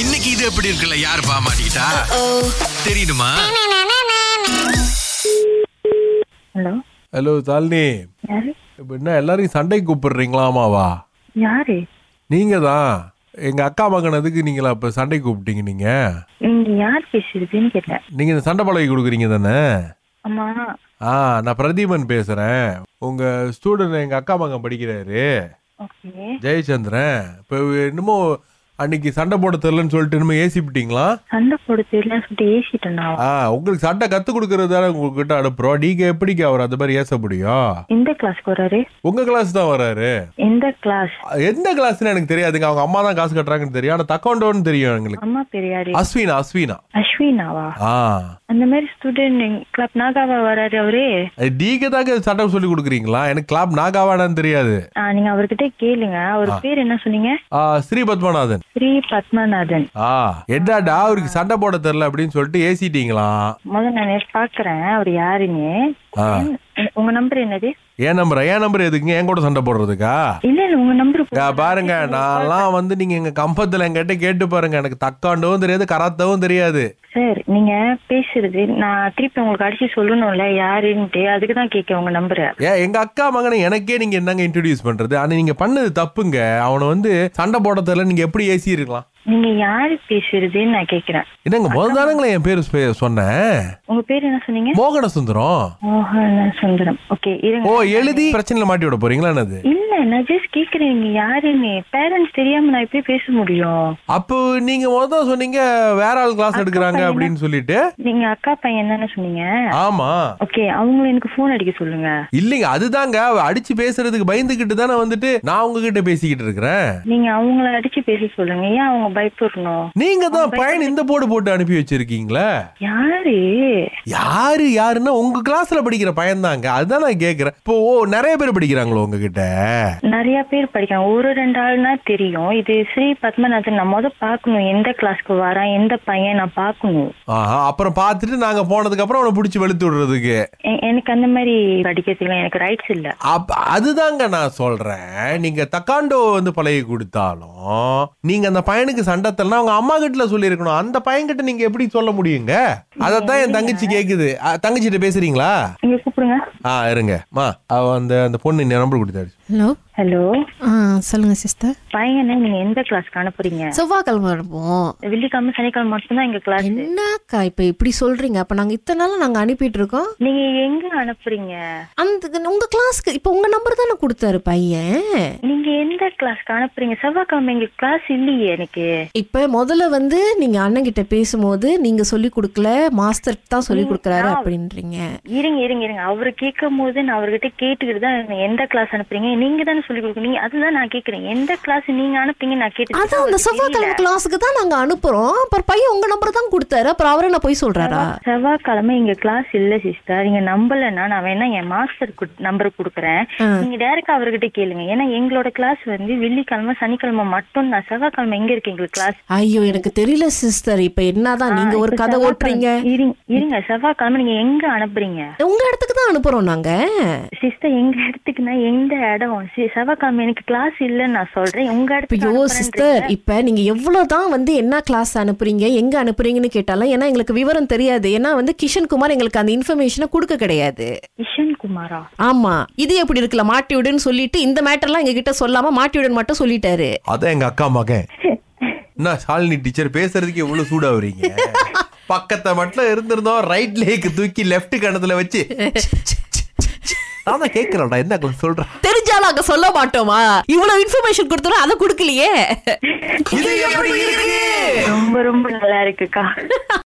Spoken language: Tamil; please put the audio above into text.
இன்னைக்கு இது எப்படி இருக்குல்ல யார் பாமாட்டா தெரியுமா ஹலோ ஹலோ தாலினி யாரு இப்போ என்ன எல்லாரையும் சண்டைக்கு கூப்பிடுறீங்களாமாவா யாரு நீங்கள் தான் எங்கள் அக்கா மகனதுக்கு நீங்களா இப்போ சண்டை கூப்பிட்டீங்க நீங்கள் நீங்க யார் பேசுறதுன்னு கேட்டேன் நீங்கள் இந்த சண்டை பழகி கொடுக்குறீங்க தானே அம்மா ஆ நான் பிரதீபன் பேசுகிறேன் உங்கள் ஸ்டூடெண்ட் எங்கள் அக்கா மகன் படிக்கிறாரு ஓகே ஜெயச்சந்திரன் இப்போ என்னமோ அன்னைக்கு சண்டை போட தெரிலன்னு சொல்லிட்டு என்னமோ ஏசிப்பிட்டீங்களா சண்டை போட தெரியலன்னு சொல்லிட்டு ஏசிட்டேன் நான் ஆ உங்களுக்கு சண்டை கற்றுக் கொடுக்கறது தானே உங்ககிட்ட அனுப்புகிறோம் நீங்கள் எப்படிக்கு அவர் அந்த மாதிரி ஏச முடியும் எந்த கிளாஸ்க்கு வராரு உங்கள் கிளாஸ் தான் வராரு எந்த கிளாஸ் எந்த கிளாஸ்னு எனக்கு தெரியாதுங்க அவங்க அம்மா தான் காசு கட்டுறாங்கன்னு தெரியும் ஆனா தக்கவுண்டோன்னு தெரியும் எங்களுக்கு அம்மா பேர் யாரு அஸ்வினா அஸ்வினா அஸ்வினாவா ஆ அந்த மாதிரி ஸ்டூடெண்ட் கிளப் நாகாவா வராரு அவரே நீங்க தாங்க சட்டம் சொல்லி கொடுக்குறீங்களா எனக்கு கிளாப் நாகாவாடான்னு தெரியாது ஆ, நீங்க அவர்கிட்ட கேளுங்க அவர் பேர் என்ன சொன்னீங்க ஆ ஸ்ரீ பத்மநாதன் ஸ்ரீ பத்மநாதன் ஆ என்னடா அவருக்கு சண்டை போட தெரில அப்படின்னு சொல்லிட்டு ஏசிட்டீங்களா முதல்ல நான் பாக்குறேன் அவர் யாருன்னு ஆ. உங்க- உங்க நம்பர் என்னது என் நம்பர் என் நம்பர் எதுக்குங்க என் கூட சண்டை போடுறதுக்கா இல்ல இல்ல உங்க நம்பர் இங்க பாருங்க நான்லாம் வந்து நீங்க எங்க கம்பத்துல என்கிட்ட கேட்டு பாருங்க எனக்கு தக்காண்டவும் தெரியாது கராத்தவும் தெரியாது சார் நீங்க பேசுறது நான் திருப்பி உங்களுக்கு அடிச்சு சொல்லணும்ல யாருன்ட்டு அதுக்கு தான் கேட்க உங்க நம்பரை ஏன் எங்க அக்கா மகனை எனக்கே நீங்க என்னங்க இன்ட்ரடியூஸ் பண்றது ஆனா நீங்க பண்ணது தப்புங்க அவனை வந்து சண்டை போட தெரியல நீங்க எப்படி ஏசிருக்கலாம் நீங்க யாரு பேசுறதுன்னு நான் கேக்குறேன் என்னங்க முதல் தானங்களே என் பேர் சொ- சொன்னேன் உங்க பேர் என்ன சொன்னீங்க மோகன சுந்தரம் மோகன சுந்தரம் ஓகே ஓ இருங்க எழுதி பிரச்சனையில மாட்டி விட போறீங்களா என்னது இல்ல நான் ஜஸ்ட் கேக்குறேன் நீங்க யாருன்னு பேரண்ட்ஸ் தெரியாம நான் எப்படி பேச முடியும் அப்போ நீங்க முதல் சொன்னீங்க வேற ஆள் கிளாஸ் எடுக்கிறாங்க அப்படின்னு சொல்லிட்டு நீங்க அக்கா பையன் தானே சொன்னீங்க ஆமா ஓகே அவங்கள எனக்கு ஃபோன் அடிக்க சொல்லுங்க இல்லைங்க அதுதாங்க அவ அடிச்சு பேசுறதுக்கு பயந்துகிட்டு தானே வந்துட்டு நான் உங்ககிட்ட பேசிக்கிட்டு இருக்கிறேன் நீங்க அவங்கள அடிச்சு பேச சொல்லுங்க ஏன் அவங்க பயப்படணும் நீங்க தான் பயன் இந்த போர்டு போட்டு அனுப்பி வச்சிருக்கீங்களே யாரு யாரு யாருன்னா உங்க கிளாஸ்ல படிக்கிற பையன்தாங்க அதுதான் நான் கேக்குறேன் இப்போ ஓ நிறைய பேர் படிக்கிறாங்களோ உங்ககிட்ட நிறைய பேர் படிக்கிறாங்க ஒரு ரெண்டு ஆள்னா தெரியும் இது ஸ்ரீ பத்மநாதன் நான் முத பார்க்கணும் எந்த கிளாஸ்க்கு வரான் எந்த பையன் நான் பார்க்கணும் ஆஹா அப்புறம் பார்த்துட்டு நாங்க போனதுக்கு அப்புறம் அவனை பிடிச்சி வெளுத்து விடுறதுக்கு எ- எனக்கு அந்த மாதிரி படிக்கிறதுக்குலாம் எனக்கு ரைட்ஸ் இல்ல அப்ப அதுதாங்க நான் சொல்றேன் நீங்க தக்காண்டோ வந்து பழகி கொடுத்தாலும் நீங்க அந்த பையனுக்கு சண்டத்தல்னா அவங்க அம்மா கிட்ட சொல்லியிருக்கணும் அந்த பையன்கிட்ட நீங்க எப்படி சொல்ல முடியுங்க அதைத்தான் என் தங்கச்சி கேக்குது அ, தங்கச்சிட்ட பேசுறீங்களா நீங்க கூப்பிடுங்க ஆ இருங்கம்மா அவ அந்த அந்த பொண்ணு நம்பர் கொடுத்தாச்சு ஹலோ ஹலோ ஆ சொல்லுங்க சிஸ்டர் பையனை நீங்க எந்த கிளாஸ்க்கு அனுப்புறீங்க செவ்வாய்க்கிழமை அனுப்புவோம் வெள்ளிக்கிழமை சனிக்கிழமை மட்டும்தான் எங்க கிளாஸ் என்னக்கா இப்ப இப்படி சொல்றீங்க அப்ப நாங்க இத்தனை நாள் நாங்க அனுப்பிட்டு இருக்கோம் நீங்க எங்க அனுப்புறீங்க அந்த உங்க கிளாஸ்க்கு இப்ப உங்க நம்பர் தானே கொடுத்தாரு பையன் நீங்க எந்த கிளாஸ்க்கு அனுப்புறீங்க செவ்வாய்க்கிழமை எங்க கிளாஸ் இல்லையே எனக்கு இப்ப முதல்ல வந்து நீங்க அண்ணன் கிட்ட பேசும்போது நீங்க சொல்லி கொடுக்கல மாஸ்டர் தான் சொல்லி கொடுக்கறாரு அப்படின்றீங்க இருங்க இருங்க இருங்க அவரு கேட்கும் போது நான் அவர்கிட்ட கேட்டுக்கிட்டு தான் இருந்தேன். எந்த கிளாஸ் அனுப்புறீங்க நீங்க தானே சொல்லி கொடுக்குறீங்க அதுதான் நான் கேக்குறேன் எந்த கிளாஸ் நீங்க அனுப்புறீங்க நான் அதான் அந்த செவ்வாய்க்கிழமை கேட்டு கிளாஸுக்கு தான் நாங்க அனுப்புறோம் அப்புறம் பையன் உங்க நம்பர் தான் கொடுத்தாரு அப்புறம் அவரே நான் போய் சொல்றாரா செவ்வாய்க்கிழமை இங்க கிளாஸ் இல்ல சிஸ்டர் நீங்க நம்பலன்னா நான் வேணா என் மாஸ்டர் நம்பர் கொடுக்குறேன் நீங்க டைரக்டா அவர்கிட்ட கேளுங்க ஏன்னா எங்களோட கிளாஸ் வந்து வெள்ளிக்கிழமை சனிக்கிழமை மட்டும் நான் செவ்வாய்க்கிழமை எங்க இருக்கு எங்களுக்கு கிளாஸ் ஐயோ எனக்கு தெரியல சிஸ்டர் இப்ப என்னதான் நீங்க ஒரு கதை ஓட்டுறீங்க இருங்க செவ்வாய்க்கிழமை நீங்க எங்க அனுப்புறீங்க உங்க இடத்துக்கு தான் அனுப்புறோம் நாங்க சிஸ்டர் எங்க இடத்துக்குன்னா எந்த இடம் சி- செவ்வாய்க்கிழமை எனக்கு கிளாஸ் இல்லன்னு நான் சொல்றேன் உங்க ஐயோ சிஸ்டர் இடத்துக்கு இப்ப நீங்க எவ்வளவுதான் வந்து என்ன கிளாஸ் அனுப்புறீங்க எங்க அனுப்புறீங்கன்னு கேட்டாலும் ஏன்னா எங்களுக்கு விவரம் தெரியாது ஏன்னா வந்து கிஷன் குமார் எங்களுக்கு அந்த இன்ஃபர்மேஷனை கொடுக்க கிடையாது கிஷன் குமாரா ஆமா இது எப்படி இருக்குல்ல மாட்டி விடுன்னு சொல்லிட்டு இந்த மேட்டர்லாம் எங்க கிட்ட சொல்லாம மாட்டி விடுன்னு மட்டும் சொல்லிட்டாரு அதான் எங்க அக்கா மகன் என்ன ஷாலினி டீச்சர் பேசுறதுக்கு எவ்வளவு சூடா வரீங்க பக்கத்தை மட்டும் இருந்திருந்தோம் ரைட் லேக்கு தூக்கி லெஃப்ட் கணத்துல வச்சு நான் தான் கேட்கிறேன்டா என்ன அக்கா சொல்றேன் தெரிஞ்சாலும் அங்க சொல்ல மாட்டோமா இவ்வளவு இன்ஃபர்மேஷன் கொடுத்தோம் அதை கொடுக்கலையே இது எப்படி இருக்கு ரொம்ப ரொம்ப நல்லா இருக்குக்கா